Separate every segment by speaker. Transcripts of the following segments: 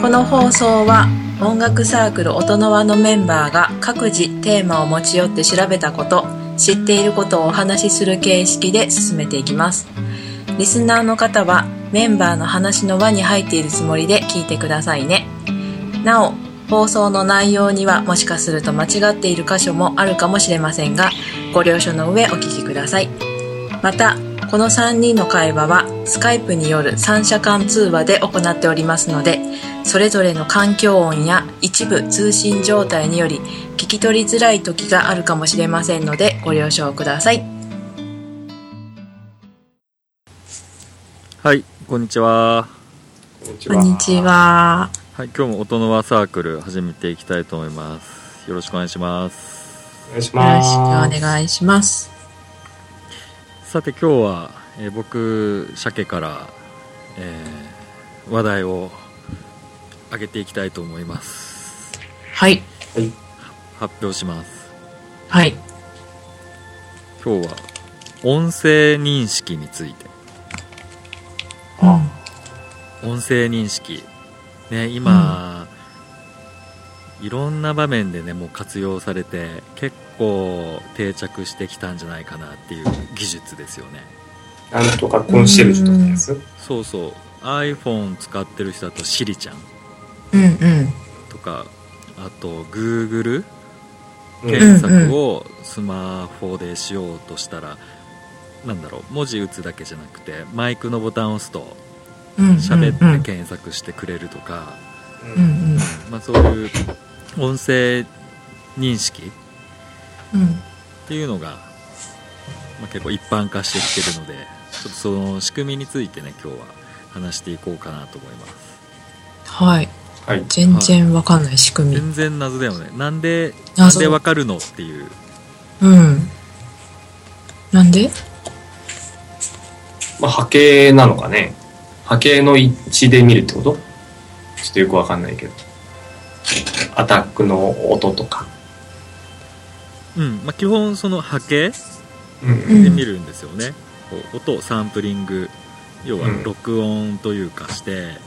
Speaker 1: この放送は音楽サークル音の輪のメンバーが各自テーマを持ち寄って調べたこと知っていることをお話しする形式で進めていきますリスナーの方はメンバーの話の輪に入っているつもりで聞いてくださいねなお放送の内容にはもしかすると間違っている箇所もあるかもしれませんがご了承の上お聞きくださいまたこの3人の会話はスカイプによる三者間通話で行っておりますのでそれぞれの環境音や一部通信状態により聞き取りづらい時があるかもしれませんのでご了承ください
Speaker 2: はい、こんにちは。
Speaker 3: こんにち
Speaker 1: こんにちは
Speaker 2: はい、今日も音の輪サークル始めていきたいと思います。よろしくお願いします。
Speaker 3: お願いし
Speaker 1: よろしくお
Speaker 3: ます。
Speaker 1: 願いします
Speaker 2: さて今日は、えー僕鮭から、えー話題を上げていきたいと思います。
Speaker 1: はい
Speaker 2: 発表します。
Speaker 1: はい
Speaker 2: 今日は音声認識について。
Speaker 1: う
Speaker 2: 音声認識ね今、いろんな場面でねもう活用されて結構定着してきたんじゃないかなっていう技術ですよね
Speaker 3: なんとかコンシェルジュとかのやつ。
Speaker 2: そうそう iPhone 使ってる人だと Siri ちゃん
Speaker 1: んうん
Speaker 2: とかあと Google
Speaker 3: うん
Speaker 2: 検索をスマホでしようとしたら、なんだろう文字打つだけじゃなくてマイクのボタンを押すと
Speaker 1: うん
Speaker 2: 喋って
Speaker 1: うん
Speaker 2: 検索してくれるとか、
Speaker 1: う
Speaker 3: うん
Speaker 1: ん
Speaker 2: まあ、そういう音声認識っ
Speaker 1: うんうん
Speaker 2: ていうのが、まあ、結構一般化してきてるのでちょっとその仕組みについてね今日は話していこうかなと思います
Speaker 1: はい
Speaker 3: はい。
Speaker 1: 全然わかんない仕組み
Speaker 2: 全然謎だよねなんで
Speaker 1: あ
Speaker 2: なんで
Speaker 1: そう
Speaker 2: わかるのっていう
Speaker 1: うんなんで
Speaker 3: まあ、波形なのかね。波形の一致で見るってことちょっとよくわかんないけど。アタックの音とか。
Speaker 2: うん、まあ、基本その波形
Speaker 3: う
Speaker 1: う
Speaker 3: んうん
Speaker 2: で見るんですよね、こう音をサンプリング要は
Speaker 3: うん
Speaker 2: 録音というかして、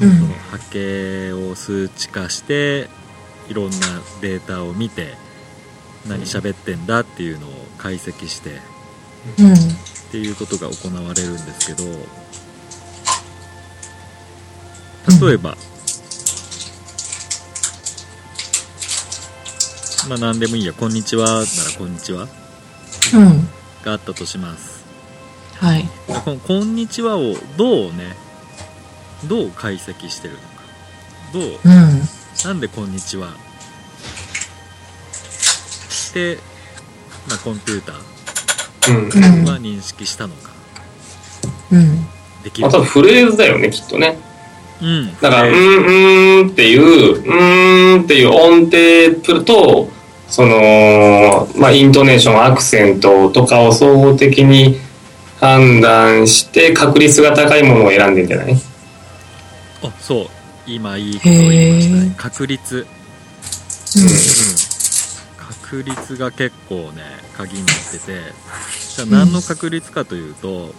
Speaker 1: うん
Speaker 2: その波形を数値化していろんなデータを見て何喋ってんだっていうのを解析してっ
Speaker 1: うん
Speaker 2: ていうことが行われるんですけど
Speaker 1: うん
Speaker 2: 例えば、まあ何でもいいや「こんにちは」なら「こんにちは
Speaker 1: うん」
Speaker 2: があったとします
Speaker 1: はい
Speaker 2: この「こんにちは」をどうねどう解析してるのかどう
Speaker 1: うん
Speaker 2: なんでこんにちはで、まあ、コンピュータ
Speaker 3: うん。
Speaker 2: ーは認識したのか、
Speaker 1: うん
Speaker 2: でき
Speaker 3: ま
Speaker 2: る
Speaker 3: あ、多分フレーズだよね、きっとね。
Speaker 2: うん
Speaker 3: だから、う
Speaker 2: えー
Speaker 3: ん、うーんっていう、うーんっていう音程と、その、まあ、イントネーション、アクセントとかを総合的に判断して、確率が高いものを選んでんじゃない
Speaker 2: あそう今いいことを言いました
Speaker 1: へ
Speaker 2: ね
Speaker 1: ー
Speaker 2: 確率、確率が結構ね鍵になっててじゃあ何の確率かというと、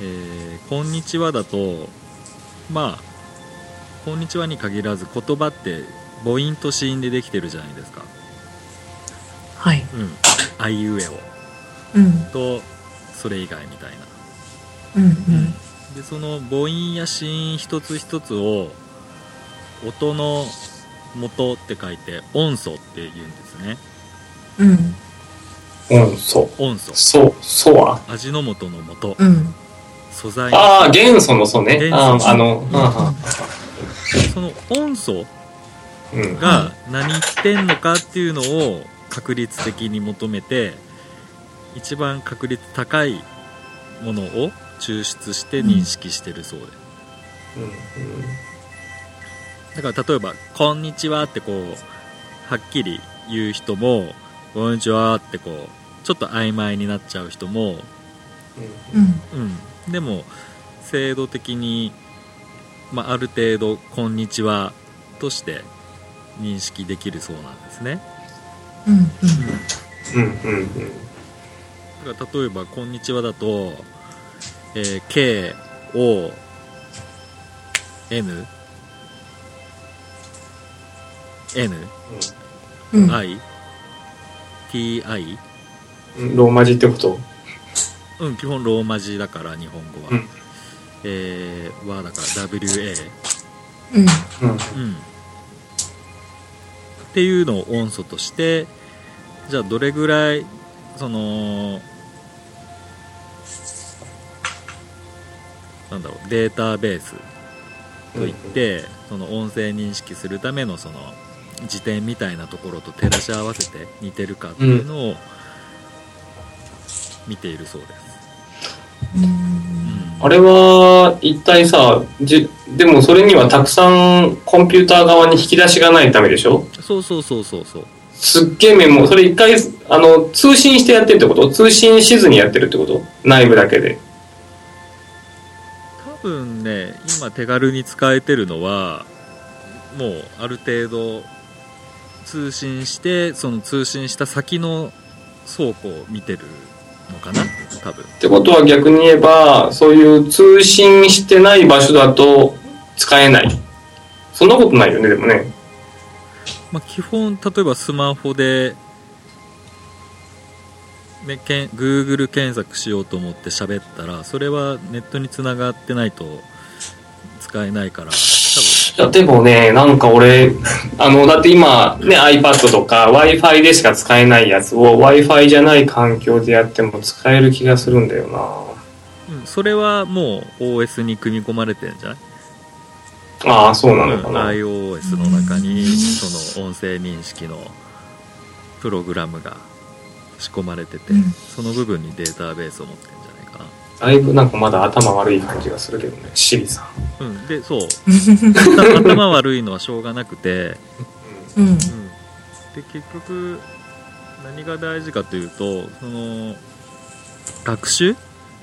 Speaker 2: えーこんにちは」だとまあ「こんにちは」に限らず言葉って母音と子音でできてるじゃないですか
Speaker 1: はい
Speaker 2: うん「あいうえお」
Speaker 1: うん
Speaker 2: とそれ以外みたいな、
Speaker 1: うんうん
Speaker 2: でその母音や子音一つ一つを音の元って書いて音素って言うんですね
Speaker 1: うん
Speaker 3: うん、そう。
Speaker 2: 音素
Speaker 3: そう、そうは。
Speaker 2: 味の素の元
Speaker 1: うん
Speaker 2: 素材
Speaker 3: ああ、元素の素ね。
Speaker 2: 元素
Speaker 3: あ
Speaker 2: の素
Speaker 3: あ、あの、
Speaker 2: その音素
Speaker 3: うん、うん。
Speaker 2: が何言ってんのかっていうのを確率的に求めて一番確率高いものを抽出して認識してるそうで、だから例えば「こんにちは」ってこうはっきり言う人も「こんにちは」ってこうちょっと曖昧になっちゃう人も、
Speaker 1: うん
Speaker 2: うん、でも制度的に、まあ、ある程度「こんにちは」として認識できるそうなんですね、
Speaker 1: うんうん
Speaker 3: うん、うん、うん、うん。
Speaker 2: だから例えば「こんにちは」だと「えー KON」 N
Speaker 1: うん。
Speaker 2: I T I
Speaker 3: うんローマ字ってこと
Speaker 2: うん基本ローマ字だから日本語は、
Speaker 3: うん
Speaker 2: えー、はだから WA
Speaker 1: うん。
Speaker 3: うん
Speaker 2: うんっていうのを音素としてじゃあどれぐらいそのなんだろうデータベースといって、その音声認識するためのその辞典みたいなところと照らし合わせて似てるかっていうのを見ているそうです。うん
Speaker 3: あれは一体さじでもそれにはたくさんコンピューター側に引き出しがないためでしょ
Speaker 2: そうそうそうそうそう
Speaker 3: すっげえメモそれ一回あの通信してやってるってこと通信しずにやってるってこと内部だけで
Speaker 2: 多分ね今手軽に使えてるのはもうある程度通信してその通信した先の倉庫を見てるのかな多分
Speaker 3: ってことは逆に言えばそういう通信してない場所だと使えないそんなことないよねでもね
Speaker 2: まあ、基本例えばスマホで、ね、けん Google 検索しようと思って喋ったらそれはネットに繋がってないと使えないから多分
Speaker 3: いやでもねなんか俺あのだって今ね iPad とか w i f i でしか使えないやつを w i f i じゃない環境でやっても使える気がするんだよな
Speaker 2: うん、それはもう OS に組み込まれてるんじゃない
Speaker 3: ああそうな
Speaker 2: う
Speaker 3: の
Speaker 2: ん
Speaker 3: かな、
Speaker 2: iOS の中にその音声認識のプログラムが仕込まれてて、
Speaker 1: うん
Speaker 2: その部分にデータベースを持ってるんじゃないか
Speaker 3: だいぶなんかまだ頭悪い感じがするけどねシリさん
Speaker 2: な、うん、でそう頭 頭悪いのはしょうがなくて、
Speaker 1: うん。
Speaker 2: うん、で結局何が大事かというとその学習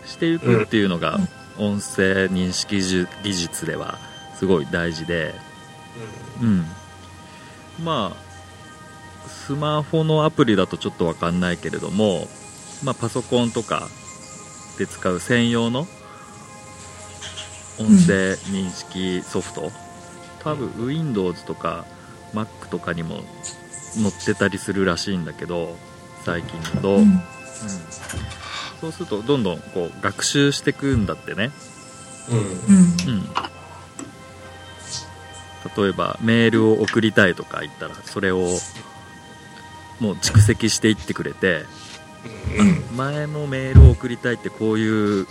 Speaker 2: していくっていうのが音声認識技術ではすごい大事で、うん、まあスマホのアプリだとちょっとわかんないけれども、まあ、パソコンとかで使う専用の音声認識ソフト、多分 Windows とか Mac とかにも載ってたりするらしいんだけど最近だと、うんそうするとどんどんこう学習していくんだってね、
Speaker 3: うん
Speaker 1: うん。
Speaker 2: うん、例えばメールを送りたいとか言ったらそれをもう蓄積していってくれて
Speaker 3: うんうん
Speaker 2: 前のメールを送りたいってこういう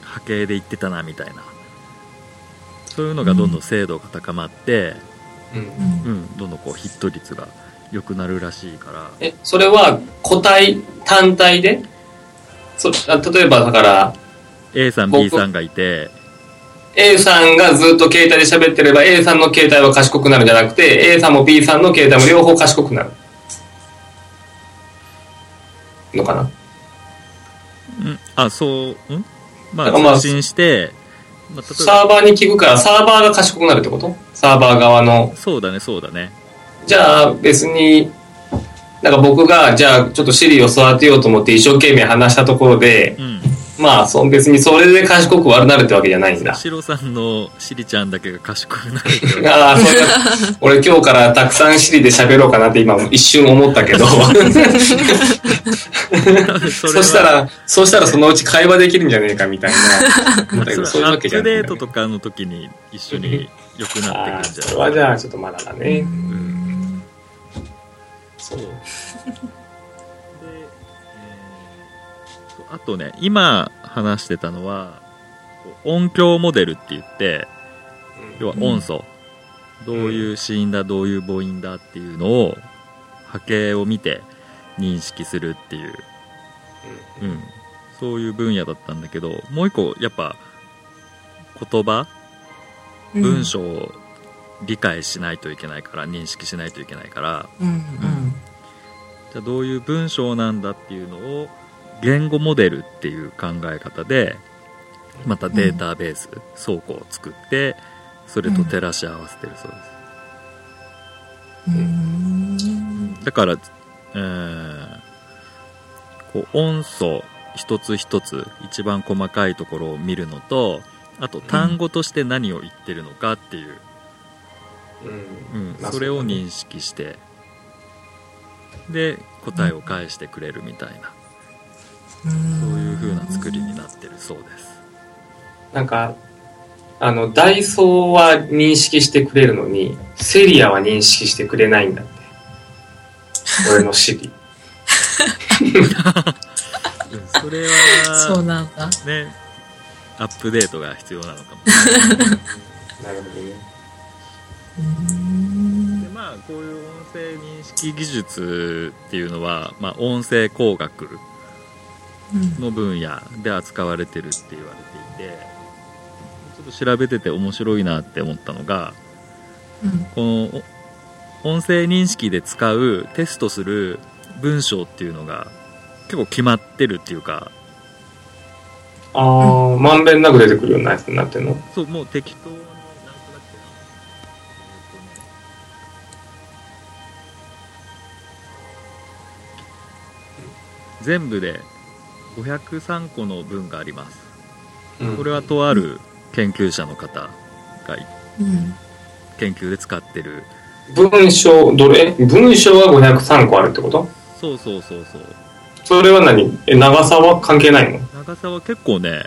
Speaker 2: 波形で言ってたなみたいなそういうのがどんどん精度が高まって、
Speaker 3: うん
Speaker 2: うんどんどんこうヒット率が良くなるらしいから
Speaker 3: え、それは個体単体でそあ例えばだから
Speaker 2: A さん
Speaker 3: 僕
Speaker 2: B さんがいて
Speaker 3: A さんがずっと携帯で喋ってれば A さんの携帯は賢くなるんじゃなくて A さんも B さんの携帯も両方賢くなるのかな
Speaker 2: うんあそううんま
Speaker 3: だからま
Speaker 2: あ
Speaker 3: あ
Speaker 2: 通信して、まあ、例えば
Speaker 3: サーバーに聞くからサーバーが賢くなるってことサーバー側の
Speaker 2: そうだねそうだね
Speaker 3: じゃあ別になんか僕がじゃあちょっとシリを育てようと思って一生懸命話したところで
Speaker 2: うん
Speaker 3: まあそ別にそれで賢く悪なるってわけじゃない んだ
Speaker 2: シロさんのシリちゃんだけが賢くなるよ
Speaker 3: ああ、そうか。俺今日からたくさんシリで喋ろうかなって今一瞬思ったけど。
Speaker 2: そ
Speaker 3: そしたら、そうしたらそのうち会話できるんじゃねえかみたいな。 思ったけど
Speaker 2: そ
Speaker 3: そう
Speaker 2: れ
Speaker 3: いう
Speaker 2: はア
Speaker 3: わ
Speaker 2: ッ
Speaker 3: けじゃ
Speaker 2: プ
Speaker 3: ない
Speaker 2: デートとかの時に一緒に良くな
Speaker 3: あ
Speaker 2: っ
Speaker 3: あ、
Speaker 2: てくるん
Speaker 3: そ
Speaker 2: じゃな
Speaker 3: れ
Speaker 2: い
Speaker 3: はじゃあちょっとまだだね。
Speaker 2: うん
Speaker 3: そう。
Speaker 2: で、えーそうあとね今話してたのは音響モデルって言って要は音素、どういう子音だどういう母音だっていうのを波形を見て認識するっていううん、そういう分野だったんだけどもう一個やっぱ言葉
Speaker 1: うん
Speaker 2: 文。章を理解しないといけないから、認識しないといけないから
Speaker 1: うん。
Speaker 2: じゃあどういう文章なんだっていうのを言語モデルっていう考え方でまたデータベース、倉庫を作ってそれと照らし合わせてるそうです、
Speaker 1: うん。うん。
Speaker 2: だから、えーこう音素一つ一つ一番細かいところを見るのとあと単語として何を言ってるのかっていう
Speaker 3: うん
Speaker 2: うん
Speaker 4: まあ
Speaker 2: それを認識してで答えを返してくれるみたいな、そういう風な作りになってるそうです
Speaker 3: なんか、あの、ダイソーは認識してくれるのに、セリアは認識してくれないんだって。俺の 知り。
Speaker 2: うんそれ
Speaker 1: そう
Speaker 2: は
Speaker 1: なんだ。
Speaker 2: ねアップデートが必要なのかも
Speaker 3: なるほどね。
Speaker 1: うん
Speaker 2: でまあこういう音声認識技術っていうのは、まあ、音声工学
Speaker 1: うん
Speaker 2: の分野で扱われてるって言われていてちょっと調べてて面白いなって思ったのが
Speaker 1: うん
Speaker 2: このお音声認識で使うテストする文章っていうのが結構決まってるっていうか
Speaker 3: あー、まんべんなく出てくるようなやつになってんの
Speaker 2: そうもう適当になんとなくねえーとね全部で503個の文があります
Speaker 3: うん
Speaker 2: これはとある研究者の方が
Speaker 1: うん
Speaker 2: 研究で使ってる
Speaker 3: 文章、どれえ文章は503個あるってこと
Speaker 2: そうそうそうそう
Speaker 3: それは何え、長さは関係ないの
Speaker 2: 長さは結構ね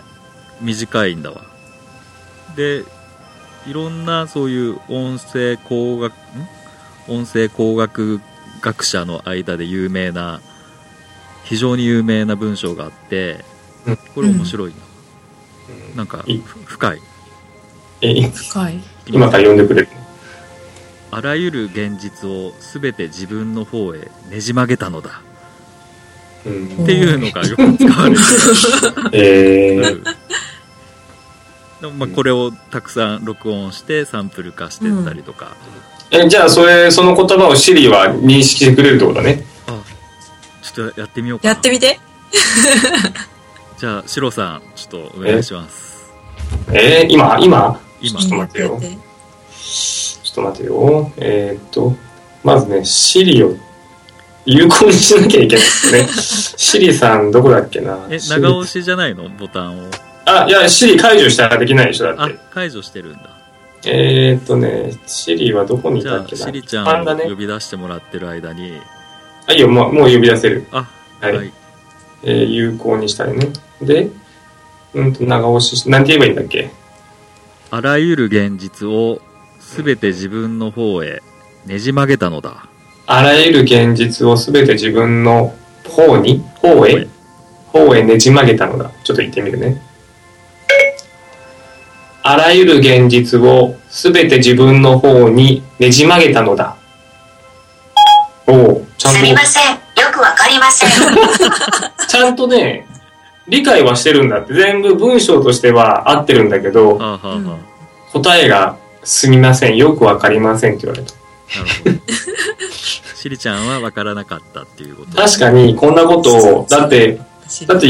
Speaker 2: 短いんだわでいろんなそういう音声工学ん音声工学学者の間で有名な非常に有名な文章があって
Speaker 3: うん
Speaker 2: これ面白いな、
Speaker 3: うん
Speaker 2: なんか
Speaker 3: い
Speaker 2: ふ深い
Speaker 3: え、
Speaker 1: 深い。
Speaker 3: 今から読んでくれる
Speaker 2: あらゆる現実を全て自分の方へねじ曲げたのだ
Speaker 3: うん
Speaker 2: っ。ていうのがよく使われて
Speaker 3: え
Speaker 2: る、
Speaker 3: ー、
Speaker 2: でもまあこれをたくさん録音してサンプル化してったりとか、
Speaker 3: え、じゃあそれ、その言葉をシリは認識してくれるってことだね。
Speaker 2: あちょっとやってみようかな
Speaker 1: やってみて。
Speaker 2: じゃあシロさんちょっとお願いします
Speaker 3: えー、今今
Speaker 2: 今
Speaker 3: ちょっと待ってよ
Speaker 1: やって
Speaker 3: ちょっと待てよ。えーっと、まずね、シリを有効にしなきゃいけないで すね。シリさん、どこだっけな。
Speaker 2: え
Speaker 3: シリ
Speaker 2: 長押しじゃないのボタンを
Speaker 3: あ、いや、シリ解除したらできないでしょ、だ
Speaker 2: あ
Speaker 3: って。
Speaker 2: 解除してるんだ
Speaker 3: えーっとね、シリはどこにい
Speaker 2: じ
Speaker 3: た
Speaker 2: ゃ
Speaker 3: っ
Speaker 2: あ
Speaker 3: けな。
Speaker 2: シリちゃ
Speaker 3: パン
Speaker 2: ん
Speaker 3: だ
Speaker 2: を
Speaker 3: ね
Speaker 2: 呼。び出してもらってる間に
Speaker 3: あ、いいよ、もうもう呼び出せる。
Speaker 2: あ
Speaker 3: は
Speaker 2: はいい、
Speaker 3: えー有効にしたりね。で、うんと、長押しし、なんて言えばいいんだっけ。
Speaker 2: あらゆる現実を全て自分の方へねじ曲げたのだ
Speaker 3: あらゆる現実をすべて自分の方に、方へ、方へねじ曲げたのだ。ちょっと言ってみるね。あらゆる現実をすべて自分の方にねじ曲げたのだ。おお、ち
Speaker 5: すみ
Speaker 3: ゃん
Speaker 5: ません。よくわかりません。
Speaker 3: と、ちゃんとね、理解はしてるんだって。全部文章としては合ってるんだけど、
Speaker 2: あーはーはー、
Speaker 1: うん
Speaker 2: なる
Speaker 3: 答えがすみません、よくわかりませんって言われた。
Speaker 2: ほ どシリちゃんは分からなかったっていうこと
Speaker 3: 確かに、こんなことを、だって、
Speaker 1: 私
Speaker 3: だって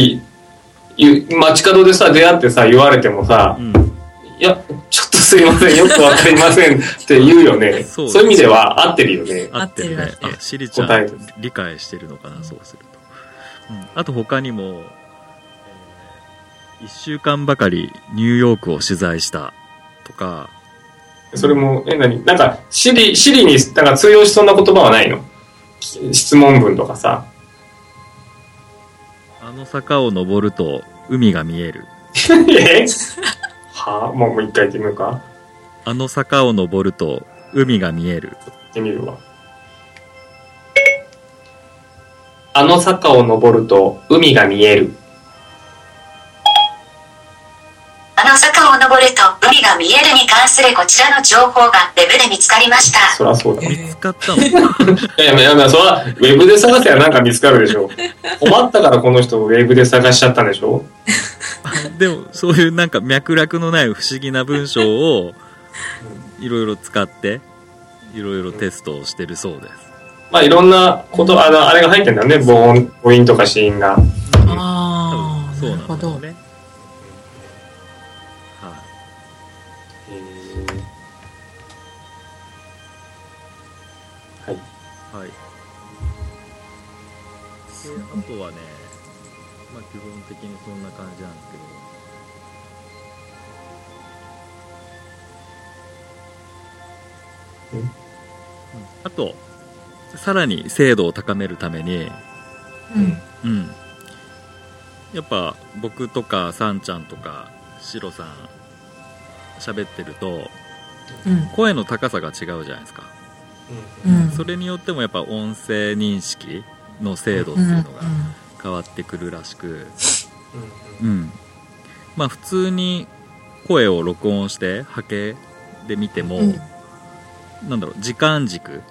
Speaker 3: ゆ街角でさ出会ってさ言われてもさ
Speaker 2: うん
Speaker 3: 「いやちょっとすいませんよくわかりません」って言うよねそ
Speaker 2: そうう
Speaker 3: いう意味では合ってるよね
Speaker 2: 合ってる
Speaker 1: 合っ
Speaker 2: ね
Speaker 1: てる合って
Speaker 2: あ
Speaker 1: る
Speaker 2: シリちゃ
Speaker 3: 答え
Speaker 2: ん
Speaker 3: です
Speaker 2: 理解してるのかなそうすると、うん、あと他にも、え1週間ばかりニューヨークを取材したとか
Speaker 3: それもえ何なんかシリシリになんか通用しそうな言葉はないのき質問文とかさ
Speaker 2: あの坂を登ると海が見える
Speaker 3: 「えはあもうもう一回言ってみるか
Speaker 2: あの坂を登ると海が見える
Speaker 3: 言ってみるわ「あの坂を登ると海が見える
Speaker 5: あの坂を登ると海が見えるに関するこちらの情報がウェブで見つかりました。」
Speaker 3: そりゃそうだ
Speaker 2: 見つかったの
Speaker 3: いやいやいや、それはウェブで探せばなんか見つかるでしょ。困ったからこの人ウェブで探しちゃったんでしょ
Speaker 2: でもそういうなんか脈絡のない不思議な文章をいろいろ使っていろいろテストをしてるそうです
Speaker 3: まあいろんなこと、あの、あれが入ってんだよね。母音、母音とか子音が。
Speaker 1: ああ、
Speaker 2: そう
Speaker 1: な
Speaker 2: なん
Speaker 1: る
Speaker 2: だ
Speaker 1: ほ
Speaker 2: よ
Speaker 1: ど。
Speaker 2: ね。は
Speaker 3: はい。
Speaker 2: い。はい。であとはね、まあ基本的にそんな感じなんですけど。あとさらに精度を高めるために、
Speaker 1: うん
Speaker 2: うん、やっぱ僕とかさんちゃんとかシロさん喋ってると
Speaker 1: うん
Speaker 2: 声の高さが違うじゃないですか、
Speaker 1: うん
Speaker 2: それによってもやっぱ音声認識の精度って
Speaker 1: う
Speaker 2: いうんのが変わってくるらしく、うん、まあ普通に声を録音して波形で見ても、
Speaker 1: うん
Speaker 2: なんだろう時間軸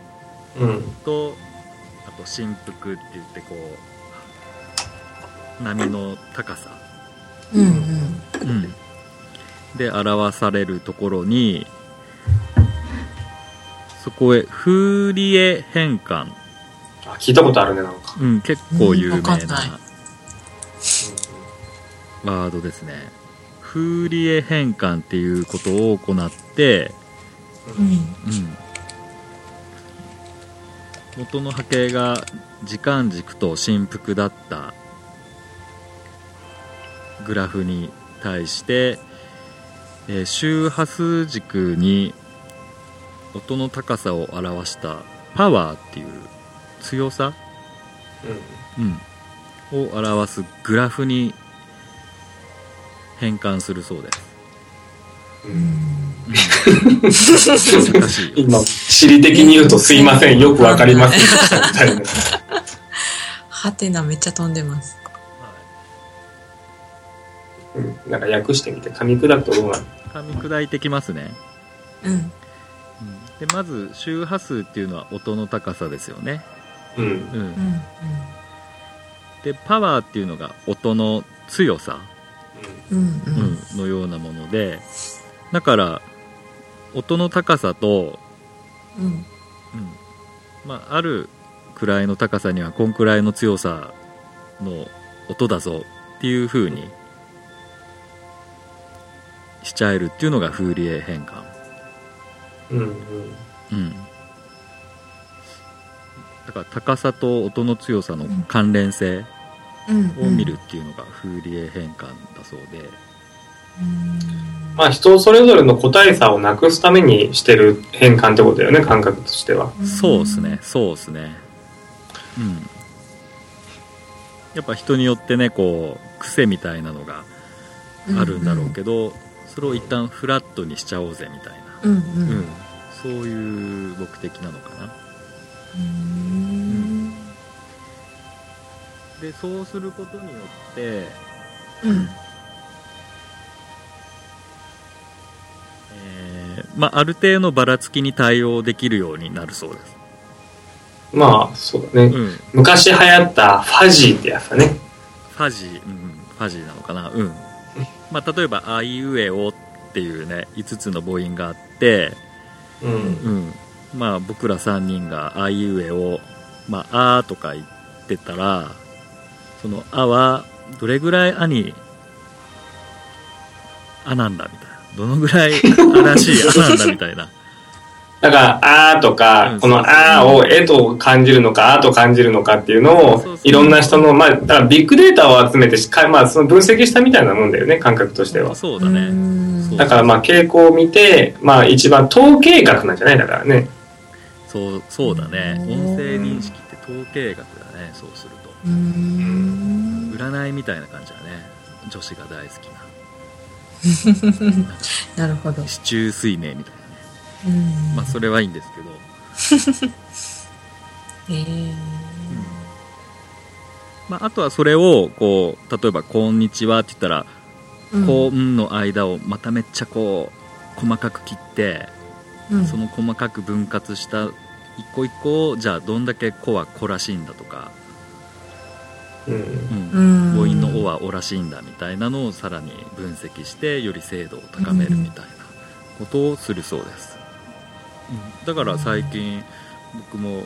Speaker 3: うん
Speaker 2: とあと振幅って言ってこう波の高さ、
Speaker 1: うんうん
Speaker 2: うん、で表されるところにそこへフーリエ変換、
Speaker 3: あ聞いたことあるねなんか、
Speaker 2: うん、結構有名
Speaker 1: うんわかんない
Speaker 2: なワードですねフーリエ変換っていうことを行って、
Speaker 1: うん
Speaker 2: うん、元の波形が時間軸と振幅だったグラフに対して、えー周波数軸に音の高さを表したパワーっていう強さ、うん、を表すグラフに変換するそうです。
Speaker 3: うん
Speaker 2: うん難しいよ
Speaker 3: 今地理的に言うとすいませんよくわかりませんみたいな
Speaker 1: はてなめっちゃ飛んでます
Speaker 3: うんなんか訳してみて噛み砕くとどうなる
Speaker 2: 噛み砕いてきますね、
Speaker 1: うん
Speaker 2: でまず周波数っていうのは音の高さですよね、
Speaker 3: うん
Speaker 2: うん
Speaker 1: うん
Speaker 2: でパワーっていうのが音の強さ、
Speaker 1: うんう
Speaker 2: うんんのようなものでだから音の高さと、
Speaker 1: うん
Speaker 2: うんまあ、ある位の高さにはこんくらいの強さの音だぞっていう風にしちゃえるっていうのがフーリエ変換
Speaker 3: うんうん
Speaker 2: うんだから高さと音の強さの関連性
Speaker 1: うん
Speaker 2: を見るっていうのがフーリエ変換だそうで、
Speaker 1: うん
Speaker 3: まあ人それぞれの個体差をなくすためにしてる変換ってことだよね感覚としては
Speaker 2: そうですねそうですねうんやっぱ人によってねこう癖みたいなのがあるんだろうけど、それを一旦フラットにしちゃおうぜみたいな、
Speaker 1: うんうん
Speaker 2: うんそういう目的なのかな
Speaker 1: うん
Speaker 2: でそうすることによって
Speaker 1: うん
Speaker 2: えーまあ、ある程度のばらつきに対応できるようになるそうです。
Speaker 3: まあそうだね、
Speaker 2: うん。フ
Speaker 3: 昔流行ったファジーってやつだね
Speaker 2: ァジー、うん、ファジーなのかな。うん。まあ、例えば、あいうえおっていうね、5つの母音があって、
Speaker 3: うん
Speaker 2: うん。まあ、僕ら3人があいうえお、まあ、あーとか言ってたら、そのあは、どれぐらいあに、あなんだみたいな。どのぐらいあらしいあなんだみたいな。
Speaker 3: だから「あ」とか、
Speaker 2: うん
Speaker 3: この「あ」を「え」と感じるのか「あ」と感じるのかっていうのを
Speaker 2: そうそう
Speaker 3: いろんな人のまあだからビッグデータを集めてしか、まあ、その分析したみたいなもんだよね感覚としては
Speaker 2: そうだね。
Speaker 1: うん
Speaker 2: そう
Speaker 3: だからまあ傾向を見て、まあ、一番統計学なんじゃないだからね
Speaker 2: そうそうだね
Speaker 1: う
Speaker 2: 音
Speaker 1: ん
Speaker 2: 声認識って統計学だねそうすると
Speaker 1: うん
Speaker 2: 占いみたいな感じだね女子が大好き
Speaker 1: なるほど
Speaker 2: な市中水明みたいなね
Speaker 1: うん
Speaker 2: まあそれはいいんですけど、
Speaker 1: えー
Speaker 2: まあ、あとはそれをこう例えば「こんにちは」って言ったら
Speaker 1: うん
Speaker 2: 「こん」の間をまためっちゃこう細かく切って
Speaker 1: うん
Speaker 2: その細かく分割した一個一個をじゃあどんだけ「こ」は「こ」らしいんだとか、
Speaker 3: うん
Speaker 2: うん
Speaker 1: うん
Speaker 2: 母音の「お」は「お」らしいんだみたいなのをさらに分析してより精度を高めるみたいなことをするそうです、うんだから最近僕も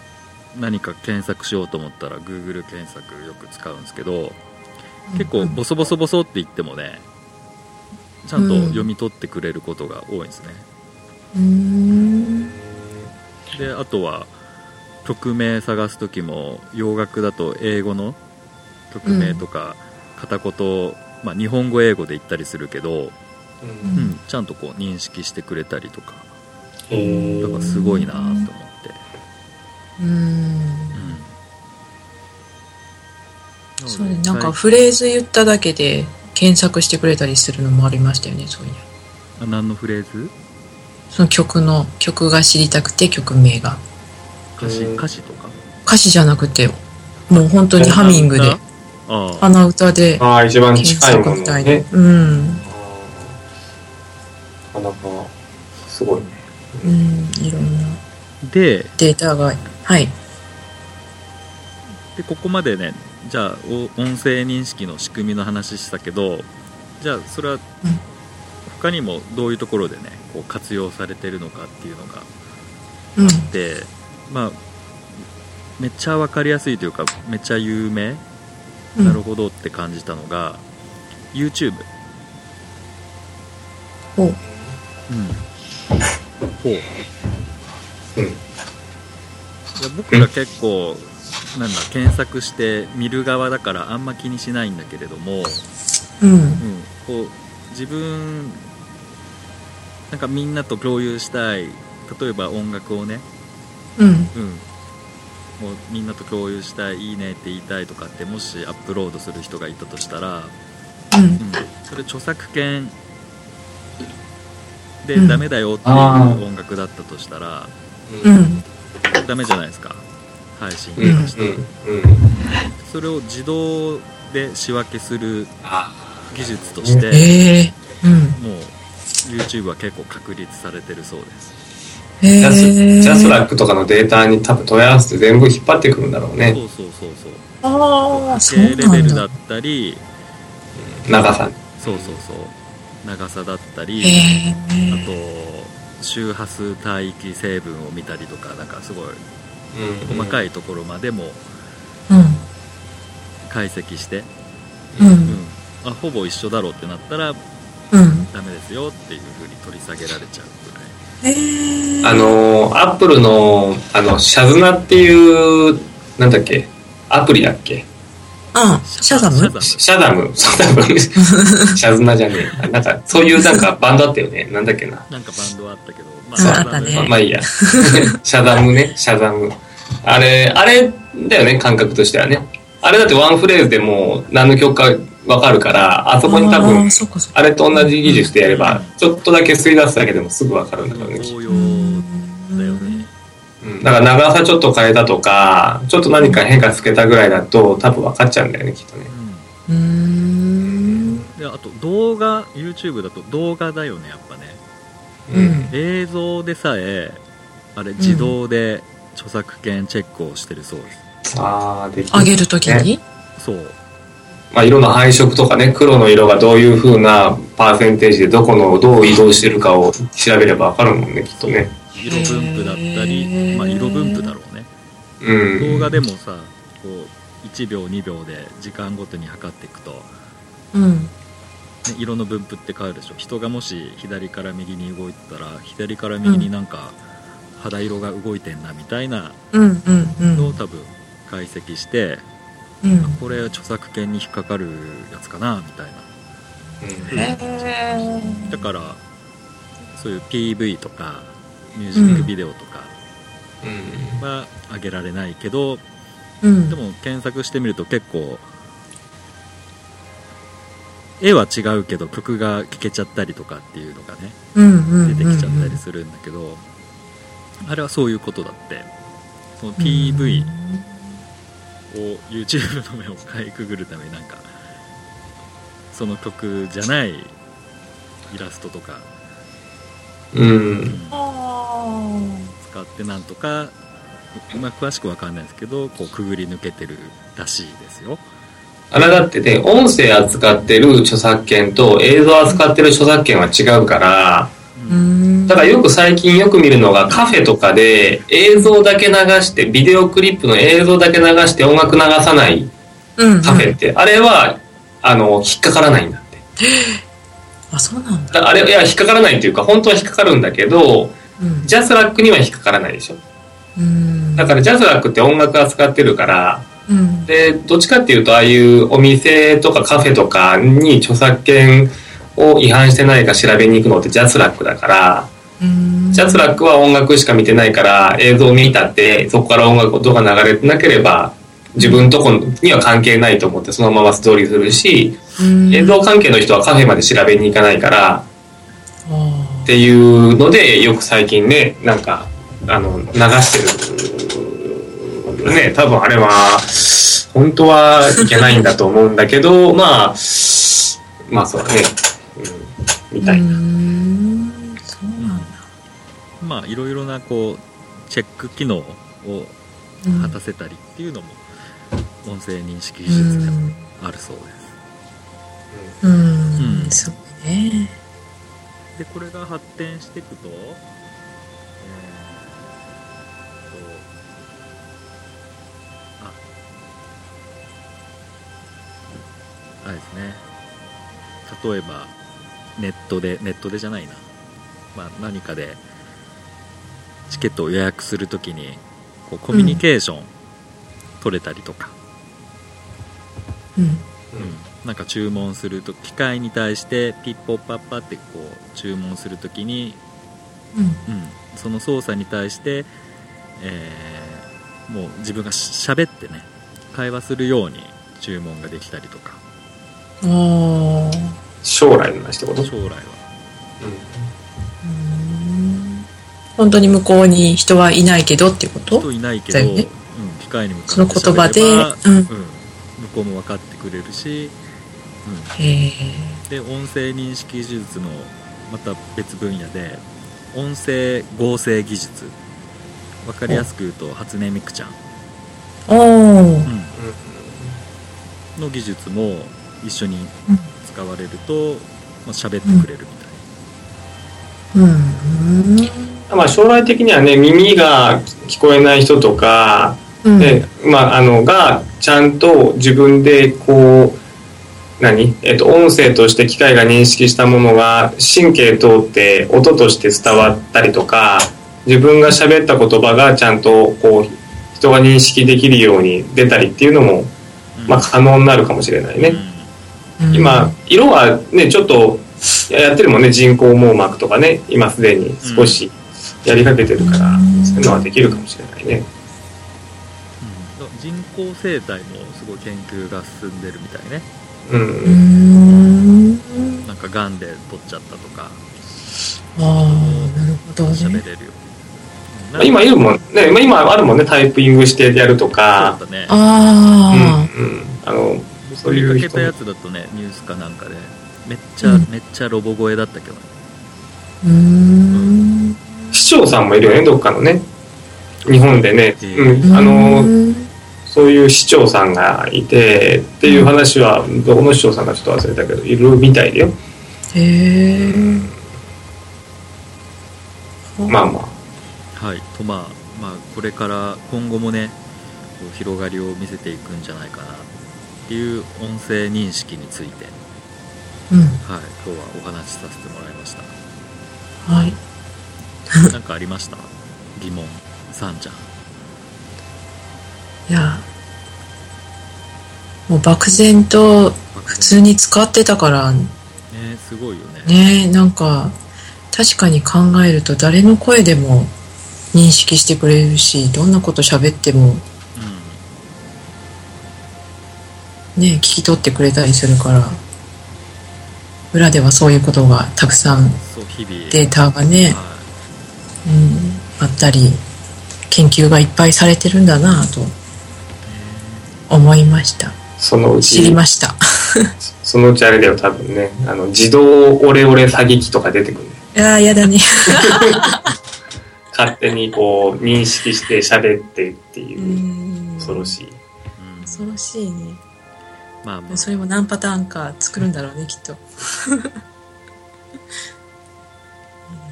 Speaker 2: 何か検索しようと思ったら Google 検索よく使うんですけど結構ボソボソボソって言ってもねちゃんと読み取ってくれることが多いんですね
Speaker 1: うん
Speaker 2: であとは曲名探す時も洋楽だと英語の曲名とか片言、まあ、日本語英語で言ったりするけど、
Speaker 1: うん
Speaker 2: うん、ちゃんとこう認識してくれたりとか
Speaker 3: えー
Speaker 2: だからすごいなと思って、
Speaker 1: うん
Speaker 2: うん、
Speaker 1: そうねなんかフレーズ言っただけで検索してくれたりするのもありましたよねそういう
Speaker 2: あ何のフレーズ
Speaker 1: その曲の曲が知りたくて曲名が
Speaker 2: 歌詞
Speaker 3: えー
Speaker 2: 歌詞とか
Speaker 1: 歌詞じゃなくてもう本当にハミングで
Speaker 2: ああ
Speaker 1: 鼻歌で
Speaker 3: ああ、一番
Speaker 1: 検
Speaker 3: 近いも
Speaker 1: 索
Speaker 3: の
Speaker 1: みたいで、
Speaker 3: ね。
Speaker 1: うん、
Speaker 3: あーなかなか、すごいね。
Speaker 1: うん、いろんな
Speaker 2: で
Speaker 1: データがはい
Speaker 2: でここまでねじゃあお音声認識の仕組みの話したけどじゃあそれは他にもどういうところでねこう活用されてるのかっていうのが
Speaker 1: うん
Speaker 2: でまあめっちゃ分かりやすいというかめっちゃ有名
Speaker 1: うん
Speaker 2: なるほどって感じたのが、YouTube、
Speaker 1: お
Speaker 2: うん、ほういや
Speaker 3: うん。
Speaker 2: 僕ら結構なんだ検索して見る側だからあんま気にしないんだけれども、
Speaker 1: うん
Speaker 2: うん、こう自分なんかみんなと共有したい例えば音楽をね、
Speaker 1: うん
Speaker 2: うん、もうみんなと共有したいいいねって言いたいとかってもしアップロードする人がいたとしたら、
Speaker 1: うん
Speaker 2: うん、それ著作権で
Speaker 1: うん
Speaker 2: ダメだよっていう
Speaker 3: あー
Speaker 2: 音楽だったとしたら、
Speaker 1: う
Speaker 3: うん。
Speaker 1: ん
Speaker 2: ダメじゃないですか配信
Speaker 3: うん。うん。
Speaker 2: それを自動で仕分けする
Speaker 3: あ
Speaker 2: 技術として、
Speaker 1: ええうん
Speaker 2: もう YouTube は結構確立されてるそうです、
Speaker 1: え
Speaker 3: ージャ
Speaker 1: え
Speaker 3: スジャスラックとかのデータに多分問い合わせて全部引っ張ってくるんだろうね。
Speaker 2: そうそうそうそう
Speaker 1: ああそう
Speaker 2: 家レ
Speaker 1: な
Speaker 2: ベ
Speaker 1: ん
Speaker 2: ルだ
Speaker 1: だ
Speaker 2: ったり
Speaker 3: 長さ。
Speaker 2: そうそうそう長さだったり、
Speaker 1: ええ
Speaker 2: あと周波数帯域成分を見たりとかなんかすごい細か
Speaker 3: い。
Speaker 2: いところまでも
Speaker 1: うん
Speaker 2: 解析して、
Speaker 1: う
Speaker 2: うん
Speaker 1: ん
Speaker 2: あほぼ一緒だろうってなったら
Speaker 1: うん
Speaker 2: ダメですよっていう風に取り下げられちゃうぐらい
Speaker 1: ええ
Speaker 3: あのー、アップルの、あの、シャズナっていう、なんだっけ、アプリだっけ
Speaker 1: うんシャザム
Speaker 3: シャダム、そう多分、シャズナじゃねえあ。なんか、そういうなんかバンドあったよね。なんだっけな。
Speaker 2: なんかバンドはあったけど、ま
Speaker 1: そう
Speaker 3: あ
Speaker 1: ったね
Speaker 2: ま
Speaker 3: ま
Speaker 2: あ
Speaker 3: まあいいや。 シャダムね、シャダム。あれ、あれだよね、感覚としてはね。あれだってワンフレーズでもう何の曲かわかるから、あそこに多
Speaker 1: あ
Speaker 3: 分
Speaker 1: ー、そっかそっか
Speaker 3: あれと同じ技術でやれば、ちょっとだけ吸い出すだけでもすぐわかるんだろうね。
Speaker 2: 応
Speaker 1: う
Speaker 2: 用
Speaker 1: ん
Speaker 2: だよね。
Speaker 3: うんだから長さちょっと変えたとか、ちょっと何か変化つけたぐらいだと多分わかっちゃうんだよね、きっとね。
Speaker 1: うーん
Speaker 2: うん、であと動画 YouTube だと動画だよねやっぱね
Speaker 1: うん
Speaker 2: 映像でさえあれ自動で著作権チェックをしてるそうです、
Speaker 3: ああ、でき
Speaker 1: あげるときに
Speaker 2: そう
Speaker 3: まあ、色の配色とかね黒の色がどういう風なパーセンテージでどこのをどう移動してるかを調べれば分かるもんねきっとね
Speaker 2: 色分布だった
Speaker 1: へ
Speaker 2: り、
Speaker 1: ー
Speaker 2: まあ、色分布だろうね
Speaker 3: う
Speaker 2: 動
Speaker 3: ん
Speaker 2: 画でもさこう1秒2秒で時間ごとに測っていくと、ね、
Speaker 1: うん
Speaker 2: 色の分布って変わるでしょ人がもし左から右に動いてたら左から右になんか肌色が動いてんなみたいな
Speaker 1: うんうんう
Speaker 2: のを
Speaker 1: ん
Speaker 2: 多分解析して、
Speaker 1: うん
Speaker 2: これは著作権に引っかかるやつかなみたい
Speaker 3: うん
Speaker 2: な、
Speaker 1: へー
Speaker 2: だからそういう PV とかミュージックビデオとかは上げられないけど、
Speaker 1: うん
Speaker 2: でも検索してみると結構絵は違うけど曲が聴けちゃったりとかっていうのがね
Speaker 1: うんうんうんう
Speaker 2: 出
Speaker 1: ん
Speaker 2: てきちゃったりするんだけど、あれはそういうことだってその PV を YouTube の目をかいくぐるためになんかその曲じゃないイラストとか、
Speaker 3: うん
Speaker 1: あ
Speaker 2: 使ってなんとか、まあ、詳しくわかんないですけどこうくぐり抜けてるらしいですよ。
Speaker 3: あれだってね音声扱ってる著作権と映像扱ってる著作権は違うから
Speaker 1: ーうん
Speaker 3: だからよく最近よく見るのがカフェとかで映像だけ流してビデオクリップの映像だけ流して音楽流さない
Speaker 1: うん
Speaker 3: カフェって、あれはあの引っかからないんだって
Speaker 1: あそうなんだ
Speaker 3: だあれいや引っかからないっていうか本当は引っかかるんだけど
Speaker 1: うん
Speaker 3: ジャスラックには引っかからないでしょ
Speaker 1: うん
Speaker 3: だからジャスラックって音楽扱ってるから
Speaker 1: うん
Speaker 3: でどっちかっていうとああいうお店とかカフェとかに著作権を違反してないか調べに行くのってジャスラックだから
Speaker 1: うん
Speaker 3: シャツラックは音楽しか見てないから映像を見たってそこから音楽音が流れてなければ自分とこには関係ないと思ってそのままストーリーするし
Speaker 1: うん
Speaker 3: 映像関係の人はカフェまで調べに行かないから
Speaker 1: あー
Speaker 3: っていうのでよく最近ねなんかあの流してるね多分あれは本当はいけないんだと思うんだけど まあまあそうだね、うん、みたいな。
Speaker 1: うんそうなんだ
Speaker 2: まあいろいろなこうチェック機能を
Speaker 1: うん
Speaker 2: 果たせたりっていうのも音声認識技術でもあるそうです
Speaker 1: うん、
Speaker 2: うん
Speaker 1: そうね
Speaker 2: でこれが発展していくと,、えーとああれですね例えばネットでネットでじゃないな、まあ、何かでチケットを予約するときにこうコミュニケーション取れたりとか、
Speaker 1: うん
Speaker 2: うん、なんか注文すると機械に対してピッポッパッパってこう注文するときに、
Speaker 1: うん
Speaker 2: うん、その操作に対して、えーもう自分がしゃべってね会話するように注文ができたりとか
Speaker 1: ああ
Speaker 3: 将来の話ってこと、うん
Speaker 2: 将来は
Speaker 1: うん本当に向こうに人はいないけどってこと
Speaker 2: 人いないけ
Speaker 1: だ
Speaker 2: ど、
Speaker 1: よね
Speaker 2: うん、機械に向かって
Speaker 1: その言葉で
Speaker 2: 喋れば
Speaker 1: うん
Speaker 2: 向こうも分かってくれるし、うん、
Speaker 1: へえ
Speaker 2: で音声認識技術のまた別分野で音声合成技術わかりやすく言うと初音ミクちゃん、
Speaker 1: おお
Speaker 2: の技術も一緒に
Speaker 1: うん
Speaker 2: 使われると、まあ、喋ってくれるみたい
Speaker 1: うん
Speaker 3: まあ、将来的にはね耳が聞こえない人とか、
Speaker 1: うん
Speaker 3: でまあ、あのがちゃんと自分でこう何、えっと音声として機械が認識したものが神経通って音として伝わったりとか自分が喋った言葉がちゃんとこう人が認識できるように出たりっていうのも、
Speaker 2: な、うん
Speaker 3: まあ、可能になるかもしれないね。今色はねちょっとやってるもんね人工網膜とかね今すでに少しやりかけてるから、
Speaker 1: うん
Speaker 3: そういうのはできるかもしれないね。
Speaker 2: うんうん人工生態もすごい研究が進んでるみたいね
Speaker 3: う、
Speaker 1: うんん
Speaker 2: なんかがんで取っちゃったとか
Speaker 1: ああなるほど
Speaker 2: 喋
Speaker 1: ね
Speaker 2: れるよ、
Speaker 3: まあ今いるもんねまあ今あるもんねタイピングしてやるとか
Speaker 2: そうだね
Speaker 1: あ
Speaker 3: うんうんあのそ
Speaker 2: 僕
Speaker 3: うい
Speaker 2: 見
Speaker 3: う人
Speaker 2: かけたやつだとねニュースかなんかでめっちゃ、
Speaker 1: うん
Speaker 2: めっちゃロボ声だったけどね
Speaker 1: あうん
Speaker 3: 市長さんもいるよねどっかのね日本でね、
Speaker 2: う
Speaker 3: うん、あの
Speaker 1: うん
Speaker 3: そういう市長さんがいてっていう話はどこの市長さんかちょっと忘れたけどいるみたいだよ。
Speaker 1: へえ
Speaker 3: まあまあ
Speaker 2: はいとまあまあこれから今後もねこう広がりを見せていくんじゃないかなっていう音声認識について、はい、
Speaker 1: うん
Speaker 2: 今日はお話しさせてもらいま した
Speaker 1: はい
Speaker 2: なんかありました疑問さんちゃん
Speaker 1: いやもう漠然と普通に使ってたから
Speaker 2: ねすごいよ
Speaker 1: ね
Speaker 2: ね
Speaker 1: なんか確かに考えると誰の声でも認識してくれるしどんなこと喋ってもね聞き取ってくれたりするから裏ではそういうことがたくさん
Speaker 2: うんそう日々
Speaker 1: データがね、
Speaker 2: は
Speaker 1: うん、あったり研究がいっぱいされてるんだなぁと思いました
Speaker 3: そのうち
Speaker 1: 知りました
Speaker 3: そのうちあれだよ、多分ね。あの、自動オレオレ詐欺機とか出てくるね。
Speaker 1: ああやだね
Speaker 3: 勝手にこう、認識して喋ってって
Speaker 1: う
Speaker 3: いう、
Speaker 1: ん
Speaker 3: 恐ろしい。
Speaker 2: いうん
Speaker 1: 恐ろしいね
Speaker 2: まあまあ
Speaker 1: それも何パターンか作るんだろうねきっと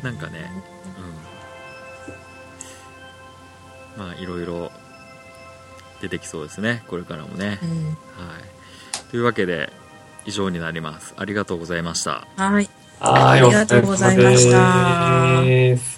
Speaker 2: なんかね、うん、まあいろいろ出てきそうですねこれからもね
Speaker 1: う、ん
Speaker 2: はい、というわけで以上になりますありがとうございました
Speaker 1: はい
Speaker 3: あ
Speaker 1: ありがとうございました
Speaker 3: よかったです